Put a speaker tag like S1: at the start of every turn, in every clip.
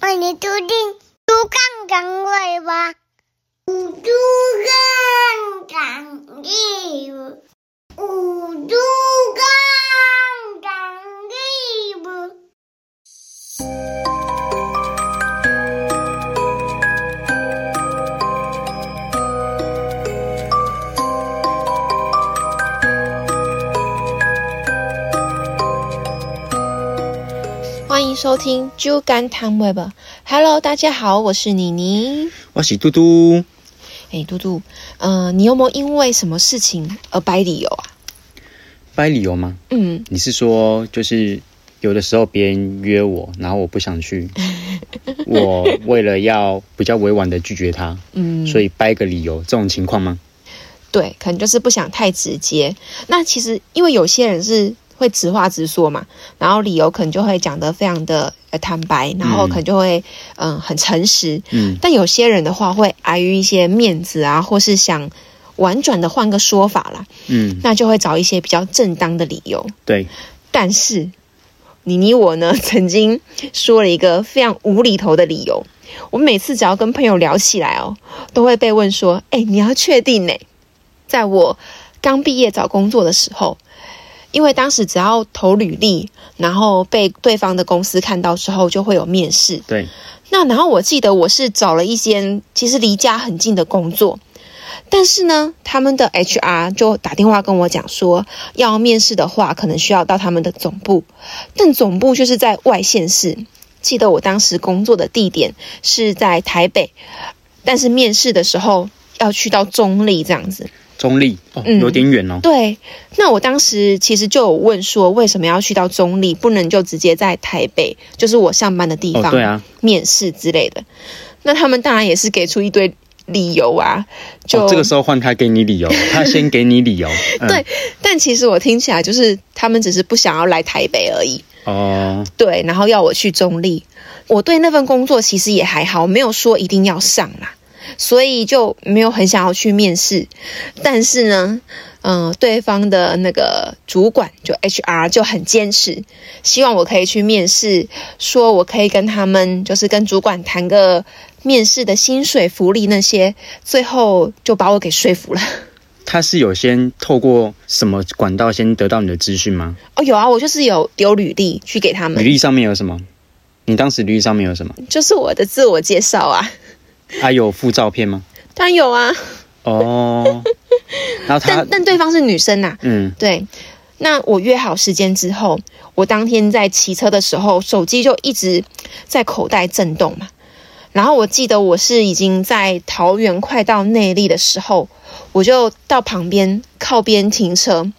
S1: 哦你注定猪杠杠尾巴，五猪杠杠尾巴，五猪杠杠尾巴。
S2: 欢迎收听《猪肝汤 Web》。Hello，大家好，我是妮妮。
S3: 我是嘟嘟。
S2: 哎，嘟嘟，嗯、你有没有因为什么事情而掰理由啊？
S3: 掰理由吗？
S2: 嗯，
S3: 你是说就是有的时候别人约我，然后我不 想去，我为了要比较委婉的拒绝他，
S2: 嗯
S3: 所以掰个理由，这种情况吗？
S2: 对，可能就是不想太直接。那其实因为有些人是会直话直说嘛，然后理由可能就会讲得非常的呃坦白，然后可能就会嗯、很诚实。
S3: 嗯
S2: 但有些人的话会碍于一些面子啊，或是想婉转的换个说法啦，
S3: 嗯，
S2: 那就会找一些比较正当的理由。
S3: 对，
S2: 但是妮妮我呢， 曾经说了一个非常无厘头的理由。我每次只要跟朋友聊起来哦，都会被问说：“哎、你要确定呢、在我刚毕业找工作的时候，因为当时只要投履历，然后被对方的公司看到之后，就会有面试。
S3: 对，
S2: 那然后我记得我是找了一间其实离家很近的工作，但是呢，他们的 HR 就打电话跟我讲说，要面试的话，可能需要到他们的总部，但总部就是在外县市。记得我当时工作的地点是在台北，但是面试的时候要去到中立这样子。
S3: 中立哦，
S2: 嗯
S3: 有点远哦。
S2: 对，那我当时其实就有问说，为什么要去到中立，不能就直接在台北，就是我上班的地方？
S3: 哦，对啊，
S2: 面试之类的。那他们当然也是给出一堆理由啊，就、
S3: 哦、这个时候换他给你理 由，他先给你理由。嗯、
S2: 对，但其实我听起来就是他们只是不想要来台北而已，
S3: 哦，
S2: 对，然后要我去中立。我对那份工作其实也还好，没有说一定要上啦，所以就没有很想要去面试。但是呢，嗯、对方的那个主管就 HR 就很坚持，希望我可以去面试，说我可以跟他们就是跟主管谈个面试的薪水、福利那些，最后就把我给说服了。
S3: 他是有先透过什么管道先得到你的资讯吗？
S2: 哦，有啊，我就是有丢履历去给他
S3: 履
S2: 们，
S3: 历上面有什么？你当时履历上面有什么？
S2: 就是我的自我介绍啊，
S3: 还、有附照片吗？
S2: 当然有啊，
S3: 哦，然后他
S2: 但但对方是女生呐、啊
S3: 嗯，
S2: 对，那我约好时间之后，我当天在骑车的时候，手机就一直在口袋震动嘛。然后我记得我是已经在桃园快到内力的时候，我就到旁边靠边停车。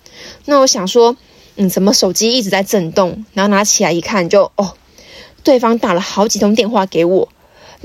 S2: 那我想说，嗯，怎么手机一直在震动？然后拿起来一看就，哦，对方打了好几通电话给我。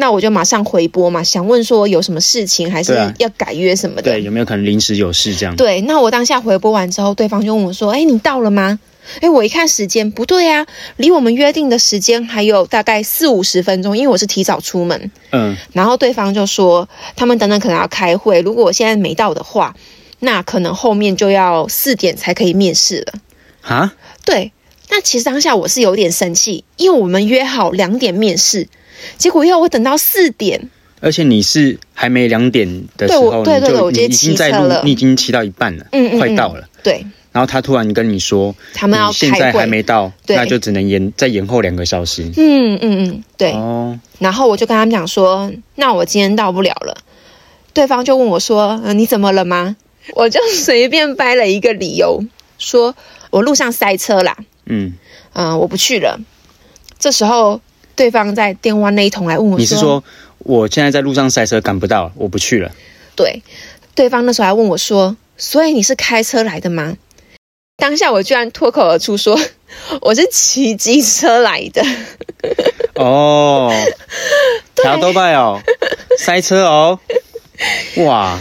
S2: 那我就马上回拨嘛，想问说有什么事情，还是
S3: 对啊
S2: 要改约什么的。
S3: 对，有没有可能临时有事这样？
S2: 对，那我当下回拨完之后，对方就问我说：“哎，你到了吗？”哎，我一看时间，不对啊，离我们约定的时间还有大概四五十分钟，因为我是提早出门。
S3: 嗯，
S2: 然后对方就说，他们等等可能要开会，如果我现在没到的话，那可能后面就要四点才可以面试了。
S3: 哈，
S2: 对，那其实当下我是有点生气，因为我们约好两点面试，结果要我等到四点。
S3: 而且你是还没两点的时
S2: 对
S3: 候，
S2: 我对对对我
S3: 你
S2: 直
S3: 就
S2: 接
S3: 你已
S2: 骑
S3: 经在
S2: 车
S3: 路
S2: 了，
S3: 你已经骑到一半了，
S2: 嗯嗯嗯
S3: 快到了。
S2: 对
S3: 然后他突然跟你说，
S2: 他们要
S3: 你嗯现
S2: 开
S3: 在
S2: 会
S3: 还。没到，
S2: 对
S3: 那就只能延再延后两个小时。
S2: 嗯嗯嗯，对。
S3: 哦，
S2: 然后我就跟他们讲说，那我今天到不了了。对方就问我说，呃、你怎么了吗？我就随便掰了一个理由，说我路上塞车啦，
S3: 嗯，
S2: 嗯、我不去了。这时候对方在电话那一头来问我
S3: 你是说我现在在路上塞车赶不到，我不去了。
S2: 对，对方那时候还问我说，所以你是开车来的吗？当下我居然脱口而出说， 我是骑机车来的。
S3: 哦，调多拜哦，塞车哦，哇，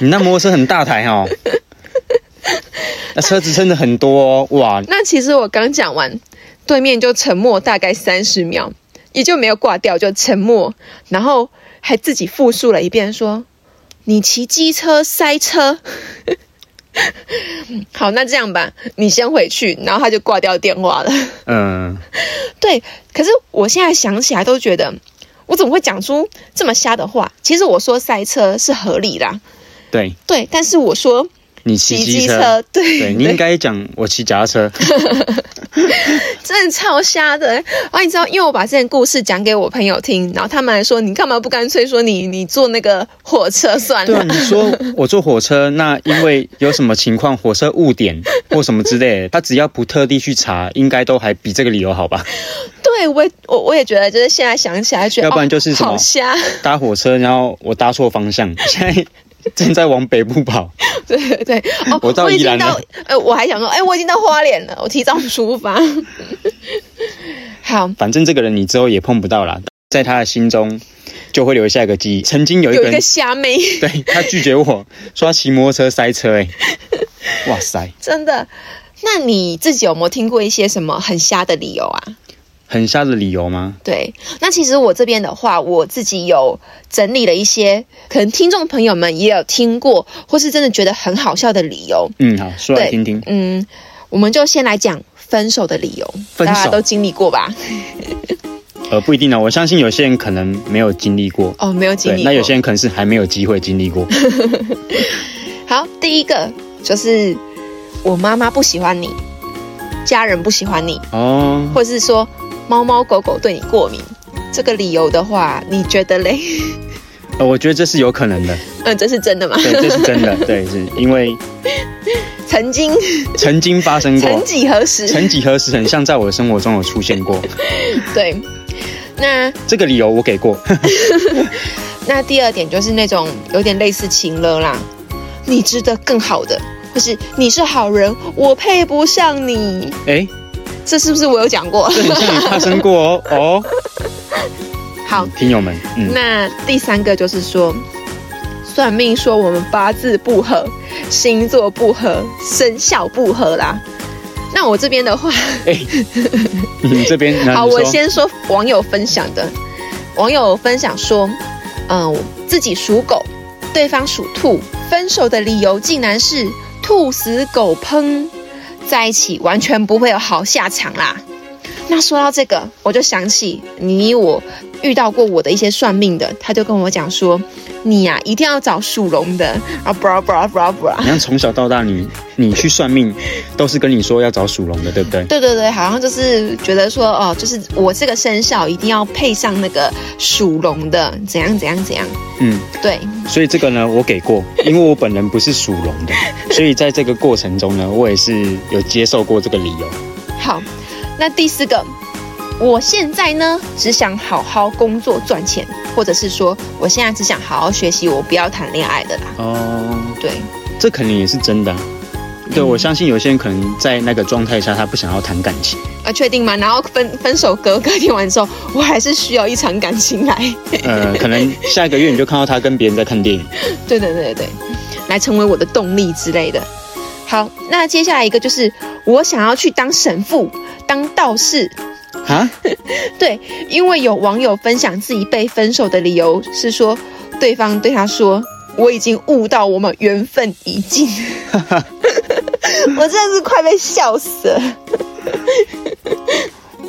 S3: 你那摩托车很大台哦，那车子真的很多哦，哇，
S2: 那其实我刚讲完，对面就沉默大概三十秒，也就没有挂掉，就沉默，然后还自己复述了一遍说：“你骑机车塞车。” 好，那这样吧，你先回去，然后他就挂掉电话了。
S3: 嗯、
S2: 对，可是我现在想起来都觉得我怎么会讲出这么瞎的话？其实我说塞车是合理啦，
S3: 对
S2: 对，但是我说
S3: 你骑
S2: 机
S3: 机
S2: 车
S3: 车，，
S2: 对
S3: 对你应该讲我骑脚 踏车，
S2: 真的超瞎的。啊，你知道，因为我把这件故事讲给我朋友听，然后他们还说，你干嘛不干脆说你你坐那个火车算
S3: 对啊，
S2: 了？
S3: 你说我坐火车，那因为有什么情况，火车误点或什么之类的，他只要不特地去查，应该都还比这个理由好吧？
S2: 对我也我我也觉得，就是现在想起来，觉得
S3: 啊要不然就是
S2: 哦
S3: 什么
S2: 好瞎，
S3: 搭火车，然后我搭错方向，现在正在往北部跑。
S2: 对对对。哦，
S3: 我到
S2: 已
S3: 宜
S2: 经
S3: 兰
S2: 到
S3: 了，
S2: 呃，我还想说，哎，我已经到花莲了，我提早出发。 好，
S3: 反正这个人你之后也碰不到啦，在他的心中就会留下一个记忆。曾经有一
S2: 有
S3: 个
S2: 一
S3: 人
S2: 个虾妹。
S3: 对他拒绝我，说他骑摩托车塞车、欸，哎，哇塞，
S2: 真的。那你自己有没有听过一些什么很瞎的理由啊？
S3: 很瞎的理由吗？
S2: 对，那其实我这边的话，我自己有整理了一些，可能听众朋友们也有听过，或是真的觉得很好笑的理由。
S3: 嗯，好，说来听听。
S2: 嗯，我们就先来讲分手的理由，
S3: 分手
S2: 大家都经历过吧？
S3: 呃，不一定哦，我相信有些人可能没有经历过，
S2: 哦，没有经
S3: 对
S2: 历，过。
S3: 那有些人可能是还没有机会经 历过。
S2: 好，第一个就是我妈妈不喜欢你，家人不喜欢你，
S3: 哦，
S2: 或是说猫猫狗狗对你过敏。这个理由的话，你觉得嘞？
S3: 呃我觉得这是有可能的，
S2: 嗯，这是真的吗？
S3: 对，这是 真的，对，是因为
S2: 曾经，
S3: 曾经发生
S2: 曾
S3: 过，
S2: 几何时，
S3: 曾几何时，很像在我的生活中有出现过。
S2: 对。那
S3: 这个理由我 给过，
S2: 那第二点就是那种有点类似情了啦，你值得更好的，或是你是好人，我配不上你，
S3: 哎，
S2: 这是不是我有讲过？
S3: 这很像你发生过哦，哦，
S2: 好，
S3: 听友们，嗯，
S2: 那第三个就是说，算命说我们八字不合，星座不合，生肖不合啦。那我这边的话，
S3: 你这边，那
S2: 好，
S3: 你
S2: 我
S3: 说
S2: 先说网友分享的。网友分享说，嗯、我自己属狗，对方属兔，分手的理由竟然是兔死狗烹，在一起完全不会有好下场啦。那说到这个，我就想起你我遇到过我的一些算命的，他就跟我讲说，你呀、一定要找属龙的啊，bra bra bra bra。
S3: 你看从小到大你，你去算命都是跟你说要找属龙的，对不对？
S2: 对对对，好像就是觉得说，哦，就是我这个生肖一定要配上那个属龙的，怎样怎样怎样。
S3: 嗯，
S2: 对，
S3: 所以这个呢，我 给过，因为我本人不是属龙的，所以在这个过程中呢，我也是有接受过这个理由。
S2: 好，那第四个，我现在呢只想好好工作赚钱，或者是说我现在只想好好学习，我不要谈恋爱的啦。
S3: 哦，
S2: 对，
S3: 这肯定也是真的啊。对，
S2: 嗯
S3: 我相信有些人可能在那个状态下，他不想要谈感 情。
S2: 啊，确定吗？然后分分手歌歌听完之后，我还是需要一场感情来，
S3: 呃，可能下一个月你就看到他跟别人在看电影。
S2: 对对对对对，来成为我的动力之类的。好，那接下来一个就是我想要去当神父、当道士，
S3: 啊？
S2: 对，因为有网友分享自己被分手的理由是说，对方对他说：“我已经悟到我们缘分已尽。” 我真的是快被笑死了，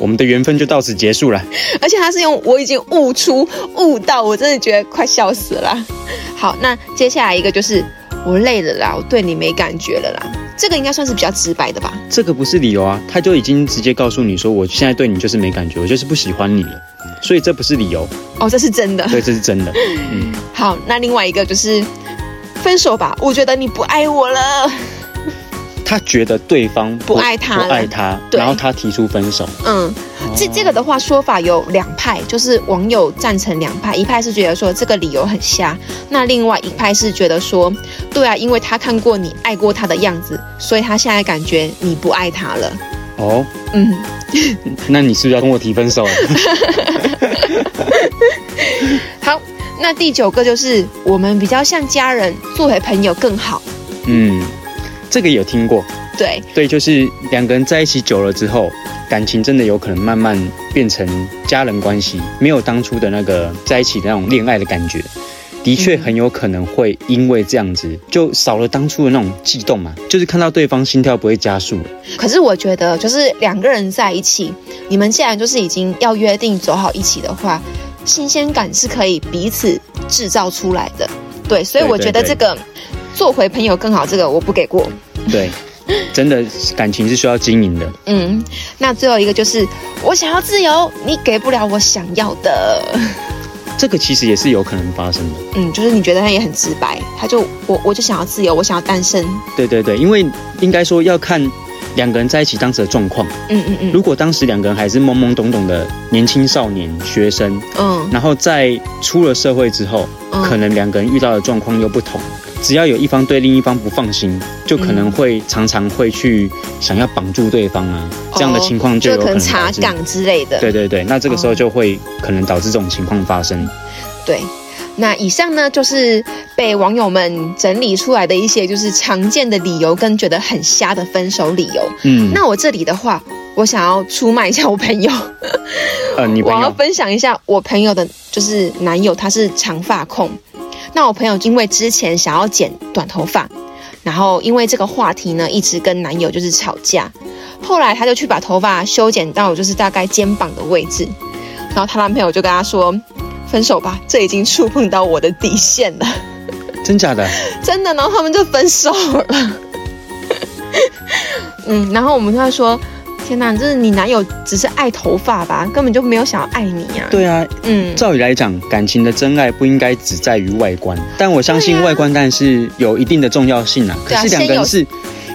S3: 我们的缘分就到此结束了。
S2: 而且他是用“我已经悟出”“悟到”，我真的觉得快笑死了啦。好，那接下来一个就是我累了啦，我对你没感觉了啦，这个应该算是比较直白的吧？
S3: 这个不是理由啊，他就已经直接告诉你说，我现在对你就是没感觉，我就是不喜欢你了。所以这不是理由，
S2: 哦，这是真的。
S3: 对，这是 真的。嗯，
S2: 好，那另外一个就是分手吧，我觉得你不爱我了。嗯
S3: 他觉得对方
S2: 不爱他了
S3: 不爱他，
S2: 对
S3: 然后他提出分手。
S2: 嗯，这这个的话说法有两派，就是网友赞成两派，一派是觉得说这个理由很瞎，那另外一派是觉得说，对啊，因为他看过你爱过他的样子，所以他现在感觉你不爱他了。
S3: 哦，
S2: 嗯，
S3: 那你是不是要跟我提分手？啊
S2: 好，那第九个就是我们比较像家人，做回朋友更好。
S3: 嗯，这个有听过。
S2: 对，
S3: 对，就是两个人在一起久了之后，感情真的有可能慢慢变成家人关系，没有当初的那个在一起的那种恋爱的感觉。的确
S2: 嗯
S3: 很有可能会因为这样子，就少了当初的那种悸动嘛，就是看到对方心跳不会加速了。
S2: 可是我觉得就是两个人在一起，你们既然就是已经要约定走好一起的话，新鲜感是可以彼此制造出来的。对，所以
S3: 对
S2: 我
S3: 对
S2: 觉得
S3: 对
S2: 这个做回朋友更好，这个我不给过。
S3: 对，真的感情是需要经营的。
S2: 嗯，那最后一个就是我想要自由，你给不了我想要的。
S3: 这个其实也是有可能发生的。
S2: 嗯，就是你觉得他也很直白，他就我我就想要自由，我想要单身。
S3: 对对对，因为应该说要看两个人在一起当时的状况。
S2: 嗯嗯嗯
S3: 如果当时两个人还是懵懵懂懂的年轻少年学生，
S2: 嗯
S3: 然后在出了社会之后，
S2: 嗯，
S3: 可能两个人遇到的状况又不同。只要有一方对另一方不放心，就可能会常常会去想要绑住对方啊，这样的情况
S2: 嗯哦就
S3: 就有可
S2: 可
S3: 能
S2: 能查
S3: 导致。
S2: 岗之类的。
S3: 对对对，那这个时候就会可能导致这种情况发生。
S2: 对，那以上呢就是被网友们整理出来的一些就是常见的理由跟觉得很瞎的分手理由。
S3: 嗯，
S2: 那我这里的话，我想要出卖一下我朋友，
S3: 呃，你
S2: 我
S3: 朋
S2: 要
S3: 友
S2: 分享一下我朋友的，就是男友他是长发控。那我朋友因为之前想要剪短头发，然后因为这个话题呢，一直跟男友就是吵架。后来她就去把头发修剪到就是大概肩膀的位置，然后她男朋友就跟她说：“分手吧，这已经触碰到我的底线了。”
S3: 真假的？
S2: 真的，然后他们就分手了。 嗯，然后我们跟他说：“天哪，就是你男友只是爱头发吧，根本就没有想要爱你啊。”，
S3: 对啊，
S2: 嗯，
S3: 照理来讲，感情的真爱不应该只在于外观，但我相信
S2: 对啊
S3: 外观当然是有一定的重要性啊。可
S2: 对啊
S3: 是两个人
S2: 先
S3: 是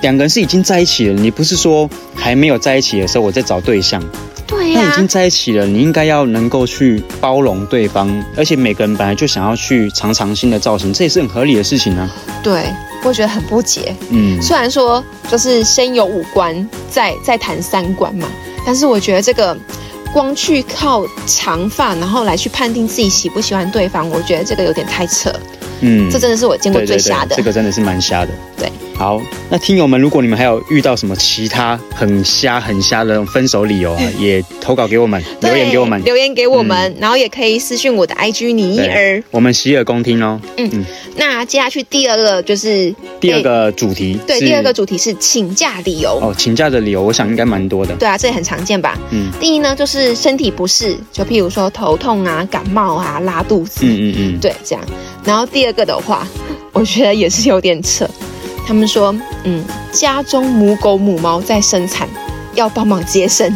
S3: 两个人是已经在一起了，你不是说还没有在一起的时候我在找对象，
S2: 对呀、
S3: 那已经在一起了，你应该要能够去包容对方，而且每个人本来就想要去尝尝新的造型，这也是很合理的事情啊。
S2: 对，我觉得很不解。
S3: 嗯，
S2: 虽然说就是先有五官，再再谈三观嘛，但是我觉得这个光去靠长发，然后来去判定自己喜不喜欢对方，我觉得这个有点太扯。
S3: 嗯
S2: 这真的是我见过
S3: 对
S2: 最
S3: 对
S2: 瞎的。
S3: 对，这个真的是蛮瞎的。
S2: 对，
S3: 好，那听友们，如果你们还有遇到什么其他很瞎很瞎的那种分手理 由啊，也投稿给我们，
S2: 对
S3: 留言给我们，嗯
S2: 留言给我们，然后也可以私讯我的 IG 你一
S3: 对
S2: 儿。
S3: 我们洗耳恭听哦。
S2: 那接下去第二个就是
S3: 第二个主题
S2: 对，
S3: 是
S2: 第二个主题是请假理由。
S3: 哦，请假的理由，我想应该蛮多的。
S2: 对啊，这也很常见吧。
S3: 嗯
S2: 第一呢，就是身体不适，就譬如说头痛啊、感冒啊、拉肚子，
S3: 嗯嗯嗯，
S2: 对，这样。然后第二个的话，我觉得也是有点扯。他们说，嗯，家中母狗母猫在生产，要帮忙接生，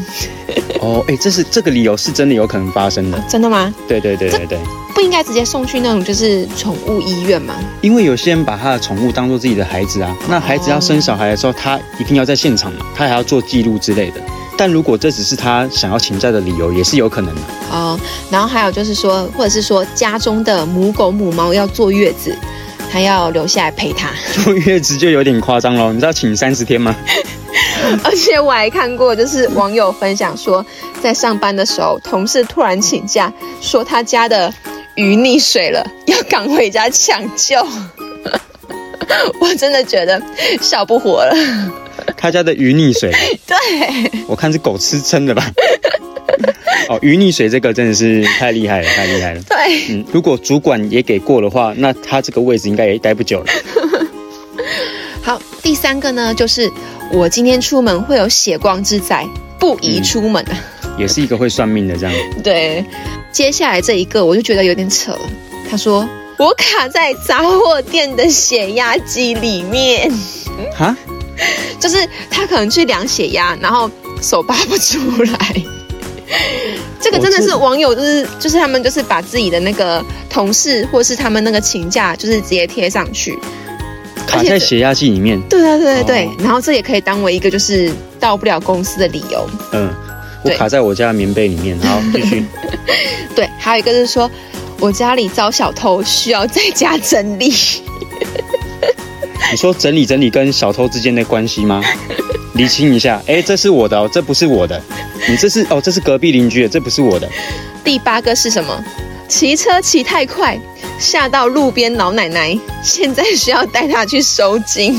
S3: 哦，哎、这是这个理由是真的有可能发生的。
S2: 真的吗？
S3: 对对对对对，
S2: 不应该直接送去那种就是宠物医院吗？
S3: 因为有些人把他的宠物当做自己的孩子啊，那孩子要生小孩的时候，他一定要在现场嘛，他还要做记录之类的。但如果这只是他想要请假的理由，也是有可能的。
S2: 哦，然后还有就是说，或者是说家中的母狗母猫要坐月子，还要留下来陪它。
S3: 坐月子就有点夸张喽，你知道请三十天吗？
S2: 而且我还看过，就是网友分享说，在上班的时候，同事突然请假，说他家的鱼溺水了，要赶回家抢救。 我真的觉得笑不活了。
S3: 他家的鱼溺水，
S2: 对，
S3: 我看是狗吃撑的吧。 哦，鱼溺水这个真的是太厉害了，太厉害了。
S2: 对，
S3: 嗯，如果主管也给过的话，那他这个位置应该也待不久了。
S2: 好，第三个呢，就是我今天出门会有血光之灾，不宜出门啊。
S3: 也是一个会算命的这样。
S2: 对，接下来这一个我就觉得有点扯了。他说我卡在杂货店的血压机里面，
S3: 哈，
S2: 就是他可能去量血压，然后手拔不出来。 这个真的
S3: 我
S2: 是
S3: 这
S2: 网友，就是就是他们就是把自己的那个同事或是他们那个请假，就是直接贴上去。
S3: 卡在血压计里面。
S2: 对啊对对对对，
S3: 哦
S2: 然后这也可以当为一个就是到不了公司的理由。
S3: 嗯，我
S2: 对
S3: 卡在我家的棉被里面。 好，继续。
S2: 对，还有一个就是说我家里遭小偷，需要在家整理。
S3: 你说整理整理跟小偷之间的关系 吗？厘清一下。哎、这是我的哦，这不是我的。你这是哦，这是隔壁邻居的，这不是我的。
S2: 第八个是什么？骑车骑太快，吓到路边老奶奶，现在需要带她去收金。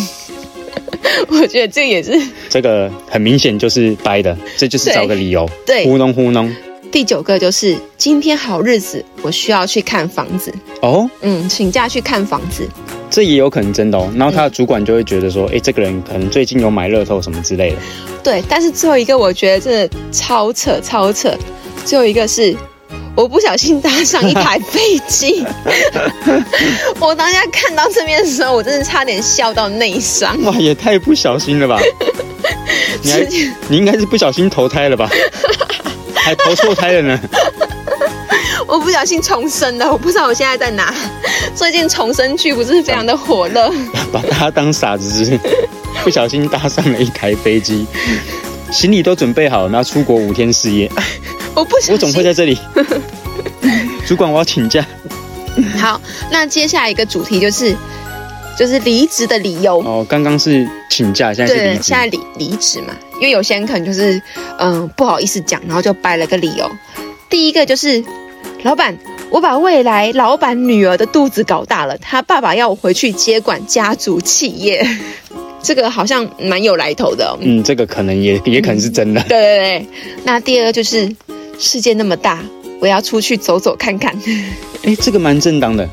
S2: 我觉得这也是
S3: 这个很明显就是掰的，这就是
S2: 对
S3: 找个理由
S2: 对
S3: 糊弄糊弄。
S2: 第九个，就是今天好日子，我需要去看房子。
S3: 哦，
S2: 嗯，请假去看房子。
S3: 这也有可能真的
S2: 嗯
S3: 哦。然后他的主管就会觉得说，哎、这个人可能最近有买乐透什么 之类的。
S2: 对，但是最后一个我觉得真的超扯超扯。最后一个是我不小心搭上一台飞机。我当下看到这边的时候，我真的差点笑到内伤。
S3: 哇，也太不小心 了吧！你还
S2: 直接
S3: 你应该是不小心投胎 了吧？还投错胎了呢。
S2: 我不小心重生了，我不知道我现在在哪。 最近重生剧不是非常的火 热，
S3: 把大家当傻子 是不是，不小心搭上了一台飞机，行李都准备好，然后出国五天四夜， 啊
S2: 我不小
S3: 我总会
S2: 心。
S3: 在这里。主管，我要请假。
S2: 好，那接下来一个主题就是就是离职的理由。
S3: 哦，刚刚是请假，现在是
S2: 对，
S3: 离职
S2: 现。在离离职嘛，因为有些人可能就是嗯不好意思讲，然后就掰了个理由。第一个就是，老板，我把未来老板女儿的肚子搞大了，她爸爸要我回去接管家族企业， 这个好像蛮有来头的、哦。
S3: 嗯，这个可能也也可能是真的。
S2: 对 对对，那第二个就是，世界那么大，我要出去走走看 看，
S3: 哎、这个蛮正当的，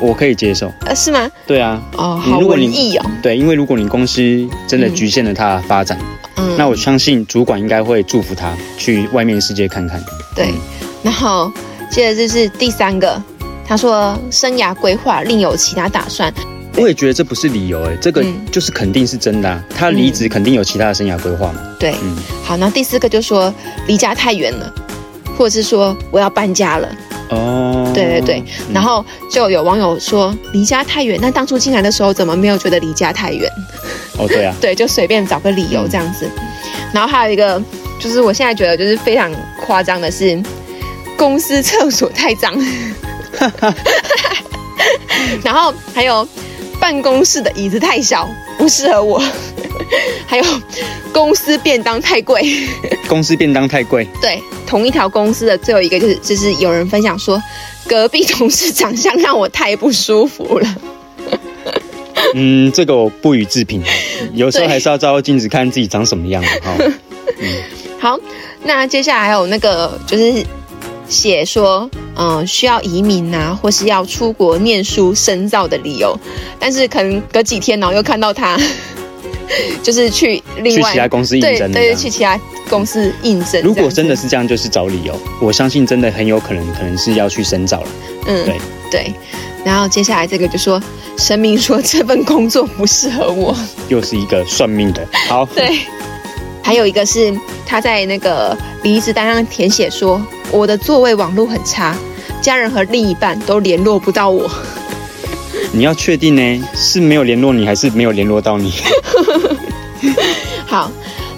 S3: 我可以接受。
S2: 呃，是吗？
S3: 对啊，
S2: 哦，
S3: 嗯
S2: 好
S3: 如果
S2: 文
S3: 你
S2: 艺哦，
S3: 对，因为如果你公司真的
S2: 嗯
S3: 局限了他的发展，
S2: 嗯，
S3: 那我相信主管应该会祝福他去外面世界看看。嗯
S2: 对，然后接着就是第三个，他说生涯规划另有其他打算，
S3: 我也觉得这不是理由、哎，这个
S2: 嗯
S3: 就是肯定是真的、啊。他离职肯定有其他的生涯规划嘛。
S2: 对，
S3: 嗯，
S2: 好，那第四个就说离家太远了。或者是说我要搬家了，
S3: 哦，
S2: 对对对，
S3: 嗯
S2: 然后就有网友说离家太远，那当初进来的时候怎么没有觉得离家太远？
S3: 哦，对 啊，
S2: 对，就随便找个理由这样子。然后还有一个，就是我现在觉得就是非常夸张的是，公司厕所太脏。然后还有办公室的椅子太小，不适合我。还有公司便当太贵。
S3: 公司便当太贵，
S2: 对，同一条公司的最后一个就是就是有人分享说，隔壁同事长相让我太不舒服了。
S3: 嗯，这个我不予置评。有时候
S2: 对
S3: 还是要照照镜子看自己长什么样哈、 哦。
S2: 好，那接下来还有那个就是写说，嗯、需要移民啊，或是要出国念书深造的理由，但是可能隔几天然后又看到他， 就是去另
S3: 去
S2: 外
S3: 其他公司应
S2: 对
S3: 征的这
S2: 对
S3: 样
S2: 去其他公司应征。
S3: 如果
S2: 这样子
S3: 真的是这样，就是找理由。我相信真的很有可能，可能是要去深造了。
S2: 嗯
S3: 对
S2: 对，然后接下来这个就说神明说 这份工作不适合我。
S3: 又是一个算命的，好，
S2: 对，还有一个是他在那个离职单上填写说，我的座位网络很差，家人和另一半都联络不到我。
S3: 你要确定呢，是没有联络你，还是没有联络到你？
S2: 好，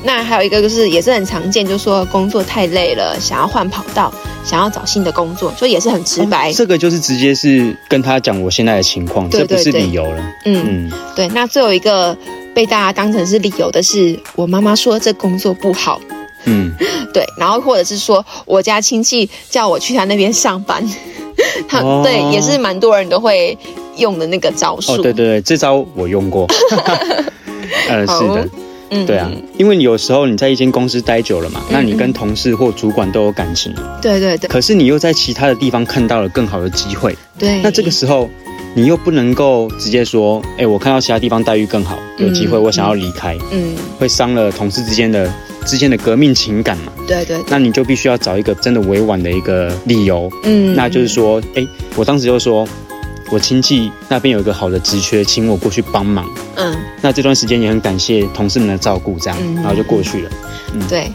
S2: 那还有一个就是也是很常见，就说工作太累了，想要换跑道，想要找新的工作，就也是很直白。
S3: 这个哦就是直接是跟他讲我现在的情况，
S2: 对
S3: 这不是
S2: 对对
S3: 理由了。
S2: 嗯，
S3: 嗯，
S2: 对。那最后一个被大家当成是理由的是，我妈妈说这工作不好，
S3: 嗯，
S2: 对，然后或者是说我家亲戚叫我去他那边上班， 他、
S3: 哦
S2: 对也是蛮多人都会用的那个招数。
S3: 哦，对对对，这招我 用过。 呃，
S2: 好
S3: 是的，
S2: 嗯
S3: 对啊，因为有时候你在一间公司待久了嘛，那你跟同事或主管都有感情，
S2: 对对对
S3: 可是你又在其他的地方看到了更好的机会，
S2: 对。
S3: 那这个时候你又不能够直接说，哎、我看到其他地方待遇更好，有机会
S2: 嗯
S3: 我想要离开，
S2: 嗯，
S3: 会伤了同事之间的之间的革命情感嘛？
S2: 对对对，
S3: 那你就必须要找一个真的委婉的一个理由，
S2: 嗯，
S3: 那就是说，哎、我当时就说。我亲戚那边有一个好的职缺，请我过去帮忙。
S2: 嗯
S3: 那这段时间也很感谢同事们的照顾，这样，
S2: 嗯
S3: 然后就过去了。
S2: 对。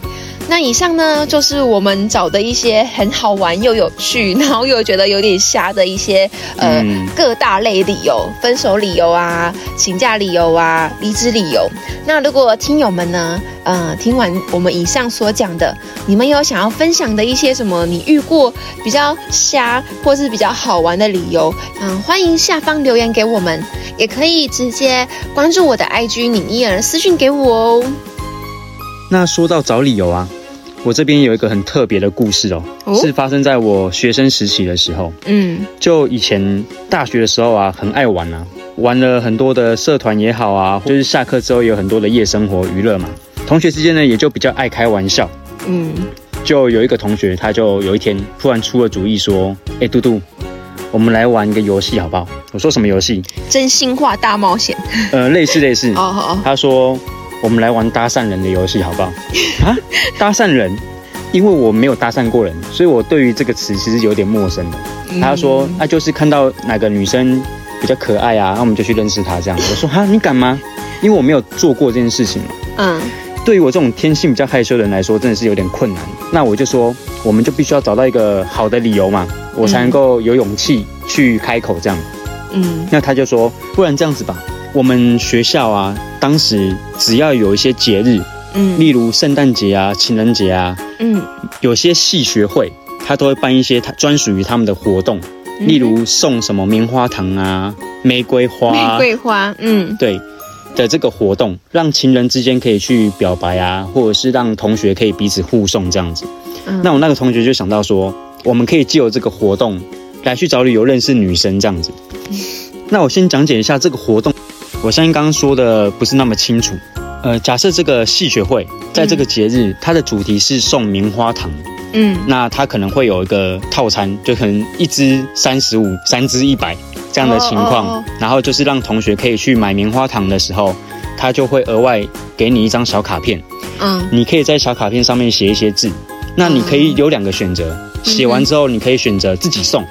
S2: 那以上呢，就是我们找的一些很好玩又有趣，然后又觉得有点瞎的一些呃、
S3: 嗯
S2: 各大类理由，分手理由啊，请假理由啊，离职理由。那如果听友们呢，呃，听完我们以上所讲的，你们有想要分享的一些什么你遇过比较瞎或是比较好玩的理由，嗯、欢迎下方留言给我们，也可以直接关注我的 IG 宁一儿私讯给我哦。
S3: 那说到找理由啊，我这边有一个很特别的故事哦，
S2: 哦
S3: 是发生在我学生时期的时候。
S2: 嗯
S3: 就以前大学的时候啊，很爱玩啊，玩了很多的社团也好啊，就是下课之后也有很多的夜生活娱乐嘛。同学之间呢，也就比较爱开玩笑。
S2: 嗯，
S3: 就有一个同学，他就有一天突然出了主意说：“哎、嘟嘟，我们来玩一个游戏好不好？”我说：“什么游戏
S2: 真心话大冒险。？”
S3: 呃，类似类似。
S2: 哦哦，
S3: 他说：“我们来玩搭讪人的游戏好不好？”啊，搭讪人，因为我没有搭讪过人，所以我对于这个词其实有点陌生的。
S2: 哦嗯
S3: 他就说啊，就是看到哪个女生比较可爱啊，那我们就去认识她这样。我说哈，你敢吗？因为我没有做过这件事情嘛。
S2: 嗯，
S3: 对于我这种天性比较害羞的人来说，真的是有点困难。那我就说，我们就必须要找到一个好的理由嘛，我才能够有勇气去开口这样。
S2: 嗯
S3: 那他就说，不然这样子吧，我们学校啊，当时只要有一些节日，
S2: 嗯
S3: 例如圣诞节啊、情人节啊，
S2: 嗯，
S3: 有些系学会，他都会办一些他专属于他们的活动，
S2: 嗯
S3: 例如送什么棉花糖啊、玫瑰花、啊
S2: 玫瑰花，嗯
S3: 对的这个活动，让情人之间可以去表白啊，或者是让同学可以彼此互送这样子。
S2: 嗯
S3: 那我那个同学就想到说，我们可以借由这个活动来去找旅游认识女生这 样子。那我先讲解一下这个活动，我相信刚刚说的不是那么清楚。呃，假设这个戏学会在这个节日，它的主题是送棉花糖，
S2: 嗯
S3: 那它可能会有一个套餐，就可能一支三十五，三支一百这样的情况。
S2: 哦哦哦
S3: 然后就是让同学可以去买棉花糖的时候，他就会额外给你一张小卡片，
S2: 嗯
S3: 你可以在小卡片上面写一些字。那你
S2: 哦
S3: 可以有两个选择，写完之后你可以选择自己送，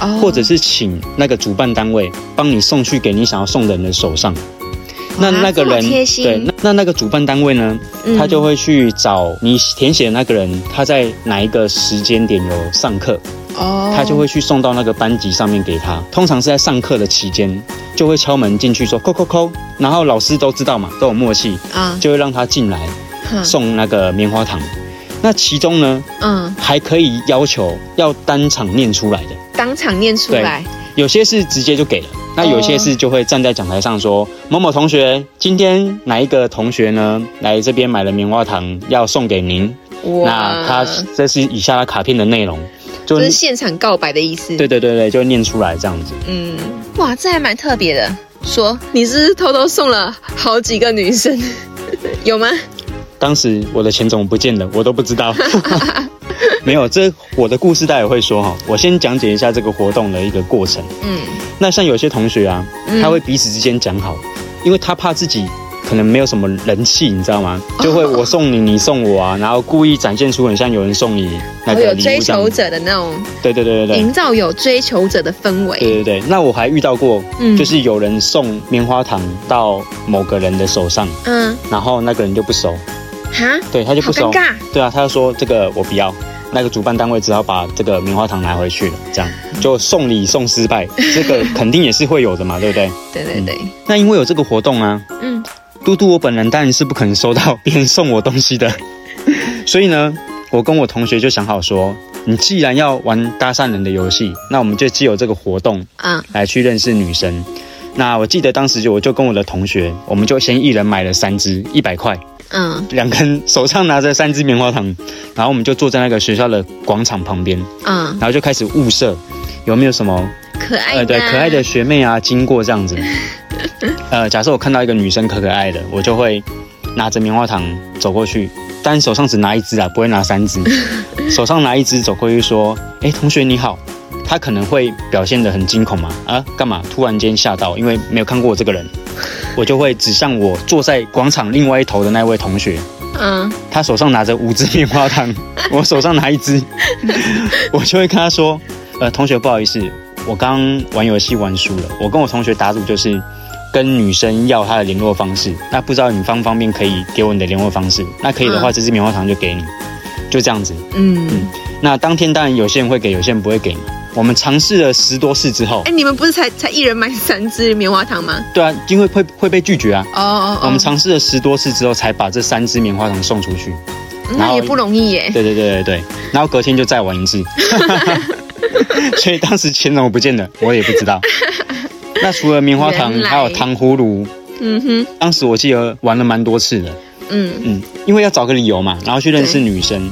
S2: 哦，
S3: 或者是请那个主办单位帮你送去给你想要送的人的手上。那
S2: 哇
S3: 那
S2: 这
S3: 个
S2: 么
S3: 人
S2: 贴心
S3: 对，那那那个主办单位呢，他就会去找你填写的那个人，他在哪一个时间点有上课，
S2: 哦，
S3: 他就会去送到那个班级上面给他。通常是在上课的期间，就会敲门进去说“扣扣扣”，然后老师都知道嘛，都有默契，
S2: 啊，
S3: 就会让他进来
S2: 哼
S3: 送那个棉花糖。那其中呢，
S2: 嗯，
S3: 还可以要求要当场念出来的，
S2: 当场念出来，
S3: 有些是直接就给了，那
S2: 哦
S3: 有些是就会站在讲台上说：“某某同学，今天哪一个同学呢来这边买了棉花糖，要送给您。”那他这是以下卡片的内容，就
S2: 这是现场告白的意思，
S3: 对，对对对，就念出来这样子。
S2: 嗯，哇，这还蛮特别的。说你是不是偷偷送了好几个女生， 有吗？
S3: 当时我的钱怎么不见了，我都不 知道。没有，这我的故事待会会说哈。我先讲解一下这个活动的一个过程。
S2: 嗯，
S3: 那像有些同学啊，
S2: 嗯
S3: 他会彼此之间讲好，因为他怕自己可能没有什么人气，你知道吗？就会我送你，你送我啊，然后故意展现出很像有人送你那
S2: 我
S3: 个
S2: 有
S3: 礼
S2: 追
S3: 物这样
S2: 求。者的那种，
S3: 对对对对对
S2: 营。造有追求者的氛围。
S3: 对对对，那我还遇到过，
S2: 嗯
S3: 就是有人送棉花糖到某个人的手上，
S2: 嗯，
S3: 然后那个人就不收，
S2: 哈，
S3: 对他就不
S2: 好
S3: 收
S2: 尴，尬。
S3: 对啊，他就说这个我不要，那个主办单位只好把这个棉花糖拿回去了，这样就送礼送失败，这个肯定也是会有的嘛，对不对？
S2: 对对对，
S3: 那因为有这个活动啊，
S2: 嗯
S3: 嘟嘟我本人当然是不可能收到别人送我东西的， 所以呢，我跟我同学就想好说，你既然要玩搭讪人的游戏，那我们就既有这个活动
S2: 啊，
S3: 来去认识女生。那我记得当时就我就跟我的同学，我们就先一人买了三支一百块，
S2: 嗯
S3: 两个人手上拿着三支棉花糖，然后我们就坐在那个学校的广场旁边，
S2: 嗯，
S3: 然后就开始物色有没有什么
S2: 可爱
S3: 呃
S2: 的
S3: 对
S2: 啊，
S3: 可爱的学妹啊经过这样子。呃，假设我看到一个女生可可爱的，我就会拿着棉花糖走过去，但手上只拿一支啊，不会拿三支，手上拿一支走过去说：“哎、同学你好。”她可能会表现得很惊恐嘛，啊，干嘛？突然间吓到，因为没有看过我这个人，我就会指向我坐在广场另外一头的那位同学，
S2: 嗯
S3: 他手上拿着五支棉 花糖，我手上拿一支，我就会跟他说：“呃，同学，不好意思，我刚玩游戏玩输了。我跟我同学打赌就是跟女生要她的联络方式，那不知道你方不方便可以给我你的联络方式？那可以的话，
S2: 嗯
S3: 这支棉花糖就给你，就这样子。
S2: 嗯，
S3: 那当天当然有些人会给，有些人不会给嘛。我们尝试了十多次之后
S2: 哎，，你们不是才才一人买三支棉花糖吗？
S3: 对啊，因为会会被拒绝啊。
S2: 哦哦哦，
S3: 我们尝试了十多次之后，才把这三支棉花糖送出去。然
S2: 嗯那
S3: 后
S2: 也不容易耶。
S3: 对对对对对，然后隔天就再玩一 次，所以当时钱怎么不见了，我也不 知道。那除了棉花糖，
S2: 原来
S3: 还有糖葫芦，
S2: 嗯哼，
S3: 当时我记得玩了蛮多次的，
S2: 嗯
S3: 嗯，因为要找个理由嘛，然后去认识女生。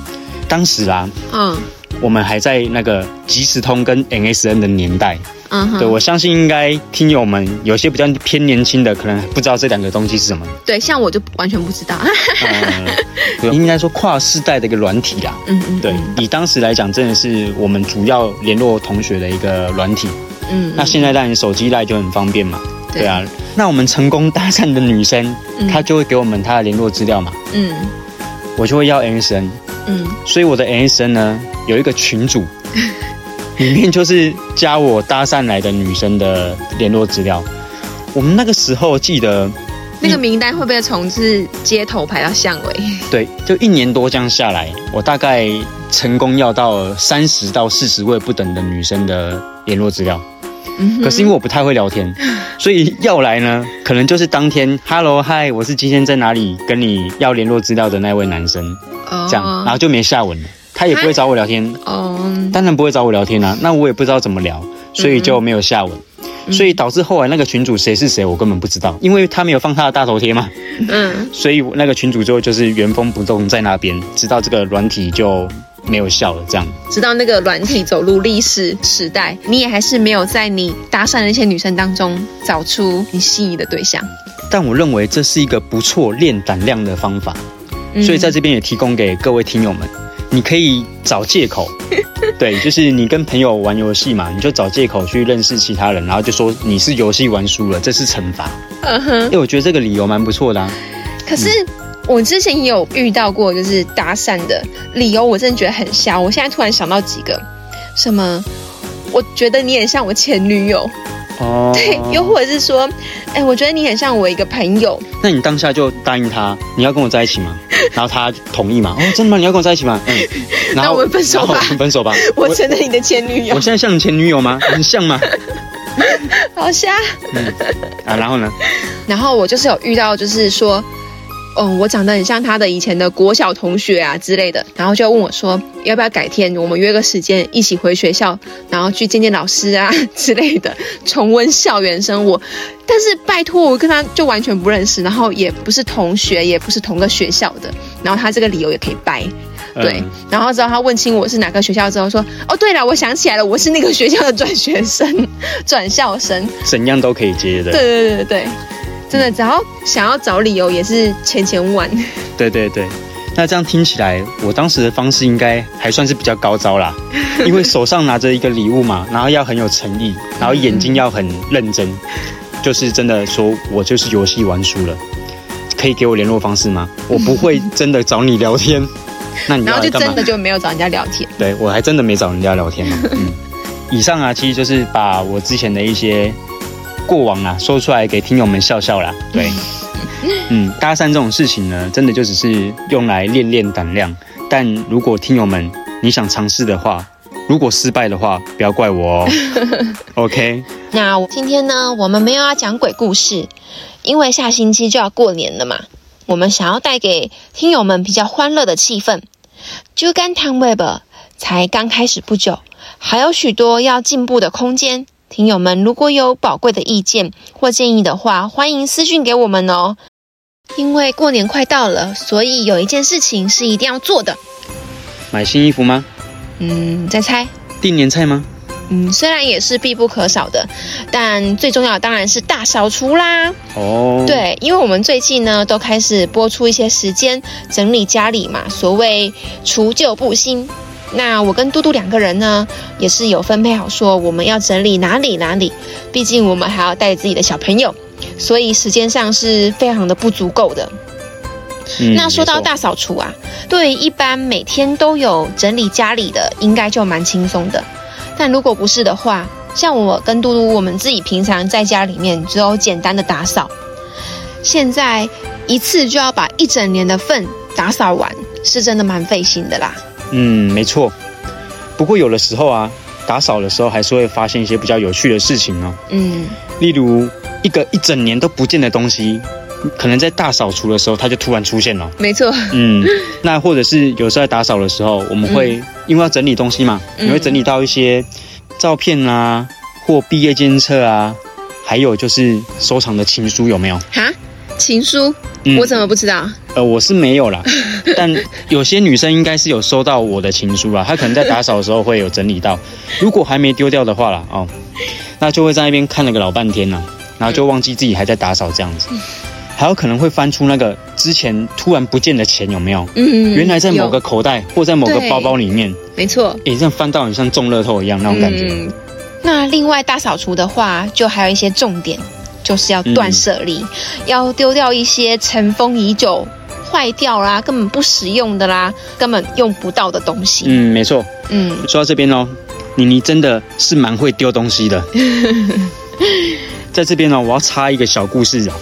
S3: 当时啊，
S2: 嗯
S3: 我们还在那个即时通跟 NSN 的年代，
S2: 嗯哼，
S3: 对我相信应该听友们有些比较偏年轻的，可能不知道这两个东西是什么，
S2: 对，像我就完全不知道。
S3: 呃， 对应该说跨世代的一个软体啦。
S2: 嗯嗯，
S3: 对，以当时来讲，真的是我们主要联络同学的一个软体。
S2: 嗯，
S3: 那现在当然手机赖就很方便嘛，对啊。那我们成功搭讪的女生，
S2: 嗯
S3: 她就会给我们她的联络资料嘛，
S2: 嗯，
S3: 我就会要 MSN，
S2: 嗯，
S3: 所以我的 MSN 呢有一个群组，里面就是加我搭讪来的女生的联络资料。我们那个时候记得，
S2: 那个名单会不会从是街头排到巷尾？
S3: 对，就一年多这样下来，我大概成功要到三十到四十位不等的女生的联络资料。
S2: 嗯哼
S3: 可是因为我不太会 聊天，所以要来呢，可能就是当天，Hello，嗨，我是今天在哪里跟你要联络资料的那位男生，
S2: 哦
S3: 这样，然后就没下文了。他也不会找我聊天，
S2: 哦，
S3: 当然不会找我聊天啦、啊那我也不知道怎么聊，所以就没有下文。
S2: 嗯
S3: 所以导致后来那个群主谁是谁，我根本不知道，因为他没有放他的大头贴嘛，
S2: 嗯，
S3: 所以我那个群主最后就是原封不动在那边，直到这个软体就没有效了，这样。
S2: 直到那个软体走入历史时代，你也还是没有在你搭讪的那些女生当中找出你心仪的对象。
S3: 但我认为这是一个不错练胆量的方法，
S2: 嗯
S3: 所以在这边也提供给各位听友们，你可以找借 口，对，就是你跟朋友玩游戏嘛，你就找借口去认识其他人，然后就说你是游戏玩输了，这是惩罚。
S2: 嗯哼
S3: 哎、，我觉得这个理由蛮不错的、啊。
S2: 可是我之前也有遇到过，就是搭讪的理由，我真的觉得很瞎。我现在突然想到几个，什么？我觉得你很像我前女友，
S3: 哦，
S2: 对，又或者是说，哎，我觉得你很像我一个朋友，
S3: 那你当下就答应他，你要跟我在一 起吗？然后他同意嘛？哦，真的吗？你要跟我在一起吗？嗯，然
S2: 那
S3: 后
S2: 我们分手吧
S3: 然后我们分手吧。
S2: 我成了你的前女
S3: 我
S2: 友
S3: 我，现在像你前女友吗？很像吗？
S2: 好瞎。
S3: 啊，然后呢？
S2: 然后我就是有遇到，就是说，嗯，我长得很像他的以前的国小同学啊之类的，然后就问我说，要不要改天我们约个时间一起回学校，然后去见见老师啊之类的，重温校园生活。但是拜托，我跟他就完全不认识，然后也不是同学，也不是同个学校的，然后他这个理由也可以掰。 对，
S3: 嗯
S2: 然后之后他问清我是哪个学校之后说，哦，对了，我想起来了，我是那个学校的转学生、 转校生。
S3: 怎样都可以接的。
S2: 对对对对对，真的，只要想要找理由也是千千万。
S3: 对对对，那这样听起来，我当时的方式应该还算是比较高招 啦，因为手上拿着一个礼物嘛，然后要很有诚意，然后眼睛要很认真，就是真的说我就是游戏玩输了，可以给我联络方式吗？我 不会真的找你聊天，那你
S2: 然
S3: 要
S2: 后
S3: 来
S2: 就
S3: 干嘛
S2: 真的？就没有找人家聊天。
S3: 对我还真的没找人家聊天 嘛。嗯，以上啊，其实就是把我之前的一些过往啊说出来给听友们笑笑啦。 对，嗯，搭讪这种事情呢，真的就只是用来练练胆量。但如果听友们你想尝试的话，如果失败的话，不要怪我 哦。OK，
S2: 那今天呢，我们没有要讲鬼故事，因为下星期就要过年了嘛，我们想要带给听友们比较欢乐的气氛。猪肝汤 web 才刚开始不久，还有许多要进步的空间。听友们如果有宝贵的意见或建议的话，欢迎私讯给我们哦。因为过年快到了，所以有一件事情是一定要做的。
S3: 买新衣服吗？
S2: 嗯，再猜。
S3: 订年菜吗？
S2: 嗯，虽然也是必不可少的，但最重要的当然是大扫除啦。
S3: 哦，，
S2: 对，因为我们最近呢都开始播出一些时间整理家里嘛，所谓除旧布新。那我跟嘟嘟两个人呢，也是有分配好说我们要整理哪里哪里，毕竟我们还要带自己的小朋友，所以时间上是非常的不足够的。
S3: 嗯
S2: 那说到，
S3: 没错
S2: 大扫除啊，对于一般每天都有整理家里的，应该就蛮轻松的。但如果不是的话，像我跟嘟嘟，我们自己平常在家里面只有简单的打扫，现在一次就要把一整年的份打扫完，是真的蛮费心的啦。
S3: 嗯，没错。不过有的时候啊，打扫的时候还是会发现一些比较有趣的事情哦。
S2: 嗯，
S3: 例如一个一整年都不见的东西，可能在大扫除的时候它就突然出现了。
S2: 没错，
S3: 嗯，那或者是有时候在打扫的时候，我们会、因为要整理东西嘛，
S2: 嗯
S3: 你会整理到一些照片啊，或毕业纪念册啊，还有就是收藏的情书有没有？
S2: 哈，情书、
S3: 嗯
S2: 我怎么不知道？
S3: 呃，我是 没有啦，但有些女生应该是有收到我的情书啦，她可能在打扫的时候会有整理到，如果还没丢掉的话啦，哦，那就会在那边看了个老半天啦，然后就忘记自己还在打扫这样子，
S2: 嗯
S3: 还有可能会翻出那个之前突然不见的钱有没有？
S2: 嗯，
S3: 原来在某个
S2: 有
S3: 口袋或在某个
S2: 对
S3: 包包里面，
S2: 没错，
S3: 诶，这样翻到很像中乐透一样那种感觉。
S2: 嗯那另外大扫除的话，就还有一些
S3: 嗯
S2: 重点，就是要断舍离，要丢掉一些尘封已久坏掉啦，根本不实用的啦，根本用不到的东西。
S3: 嗯，没错。
S2: 嗯，
S3: 说到这边喽，妮妮真的是蛮会丢东西的。在这边呢、哦我要插一个小故事哦。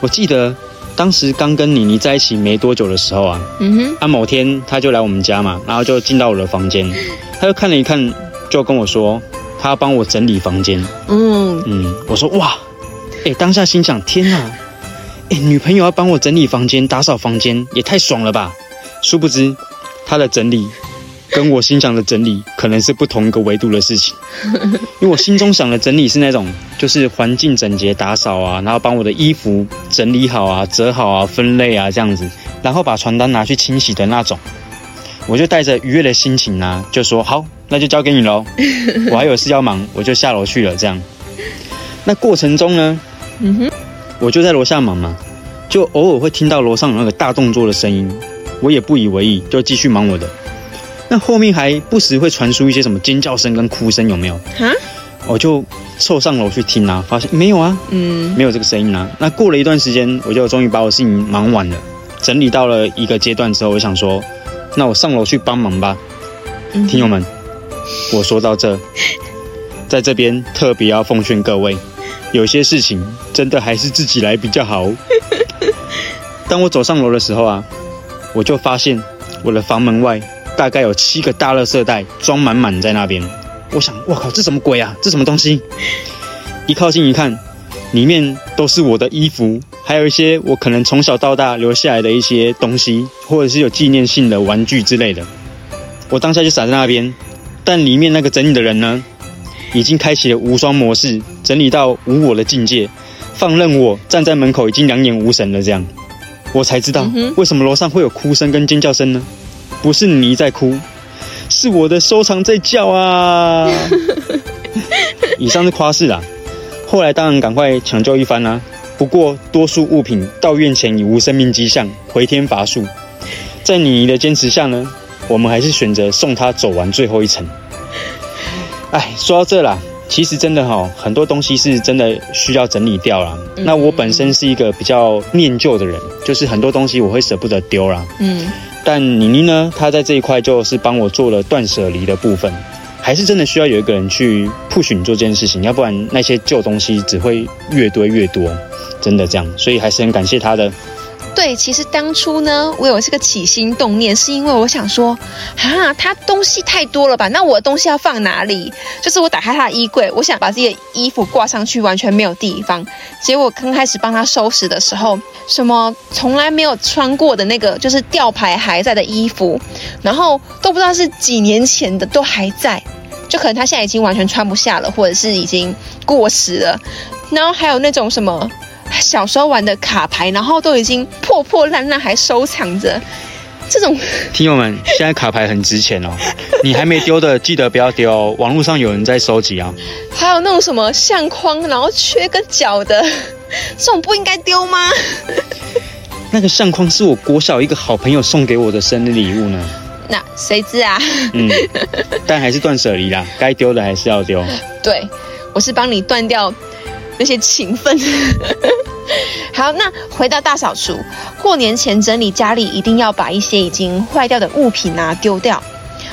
S3: 我记得当时刚跟妮妮在一起没多久的时候啊，
S2: 嗯哼，
S3: 啊某天她就来我们家嘛，然后就进到我的房间，她就看了一看，就跟我说她要帮我整理房间。
S2: 嗯，
S3: 嗯，我说哇，哎、当下心想天哪、哎、女朋友要帮我整理房间、打扫房间，也太爽了吧！殊不知，她的整理跟我心想的整理可能是不同一个维度的事情，因为我心中想的整理是那种就是环境整洁、打扫啊，然后帮我的衣服整理好啊、折好啊、分类啊这样子，然后把床单拿去清洗的那种。我就带着愉悦的心情啊，就说好，那就交给你喽。我还有事要忙，我就下楼去了。这样，那过程中呢，
S2: 嗯哼，
S3: 我就在楼下忙嘛，就偶尔会听到楼上有那个大动作的声音，我也不以为意，就继续忙我的。那后面还不时会传出一些什么尖叫声跟哭声，有没有？
S2: 哈，
S3: 我就凑上楼去听啊，发现没有啊，
S2: 嗯
S3: 没有这个声音啊。那过了一段时间，我就终于把我事情忙完了，整理到了一个阶段之后，我想说，那我上楼去帮忙吧。
S2: 嗯哼，
S3: 听友们，我说到这，在这边特别要奉劝各位，有些事情真的还是自己来比较好。 当我走上楼的时候啊，我就发现我的房门外大概有七个大垃圾袋装满满在那边。我想，我靠，这什么鬼啊？这什么东西？一靠近一看，里面都是我的衣服，还有一些我可能从小到大留下来的一些东西，或者是有纪念性的玩具之类的。我当下就傻在那边，但里面那个整理的人呢，已经开启了无双模式，整理到无我的境界，放任我站在门口已经两眼无神了。这样，我才知道
S2: 嗯哼
S3: 为什么楼上会有哭声跟尖叫声呢？不是你在哭，是我的收藏在叫啊！ 以上是夸饰啦，后来当然赶快抢救一番啊啦、不过多数物品到院前已无生命迹象，回天乏术。在妮妮的坚持下呢，我们还是选择送她走完最后一程。哎，说到这啦，其实真的哈、很多东西是真的需要整理掉啦。
S2: 嗯
S3: 那我本身是一个比较念旧的人，就是很多东西我会舍不得丢啦。
S2: 嗯
S3: 但妮妮呢，她在这一块就是帮我做了断舍离的部分，还是真的需要有一个人去 push 你做这件事情，要不然那些旧东西只会越堆越多，真的这样，所以还是很感谢她的。
S2: 对，其实当初呢，我有这个起心动念，是因为我想说，啊，他东西太多了吧？那我的东西要放哪里？就是我打开他的衣柜，我想把自己的衣服挂上去，完全没有地方。结果刚开始帮他收拾的时候，什么从来没有穿过的那个，就是吊牌还在的衣服，然后都不知道是几年前的，都还在。就可能他现在已经完全穿不下了，或者是已经过时了。然后还有那种什么小时候玩的卡牌，然后都已经破破烂烂还收藏着，这种
S3: 听友们，现在卡牌很值钱哦，你还没丢的记得不要丢哦，网络上有人在收集啊。
S2: 还有那种什么相框，然后缺个角的， 这种不应该丢吗？
S3: 那个相框是我国小一个好朋友送给我的生日礼物呢，
S2: 那谁知啊？
S3: 嗯，但还是断舍离啦，该丢的还是要丢。
S2: 对，我是帮你断掉那些情分。 好，那回到大扫除，过年前整理家里，一定要把一些已经坏掉的物品啊丢掉，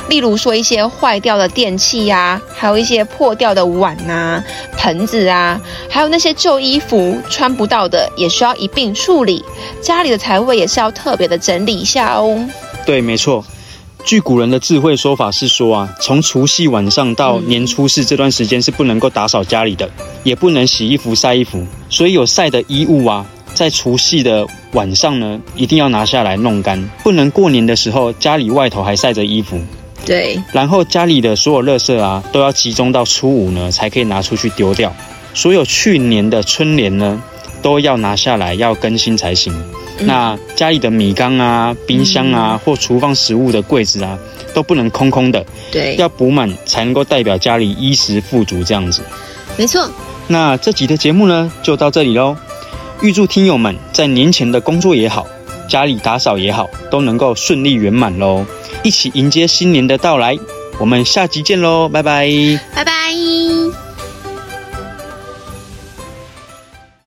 S2: 例如说一些坏掉的电器呀、还有一些破掉的碗呐、盆子啊，还有那些旧衣服穿不到的，也需要一并处理。家里的财位也是要特别的整理一下哦。
S3: 对，没错。据古人的智慧说法是说啊，从除夕晚上到年初四这段时间是不能够打扫家里的，也不能洗衣服、晒衣服，所以有晒的衣物啊，在除夕的晚上呢，一定要拿下来弄干，不能过年的时候家里外头还晒着衣服。
S2: 对，
S3: 然后家里的所有垃圾啊，都要集中到初五呢，才可以拿出去丢掉。所有去年的春联呢，都要拿下来，要更新才行。
S2: 嗯
S3: 那家里的米缸啊、冰箱啊，或厨房食物的柜子啊，都不能空空的，
S2: 对，
S3: 要补满才能够代表家里衣食富足这样子。
S2: 没错，
S3: 那这集的节目呢，就到这里喽。预祝听友们在年前的工作也好，家里打扫也好，都能够顺利圆满喽！一起迎接新年的到来，我们下集见喽，拜拜。
S2: 拜拜。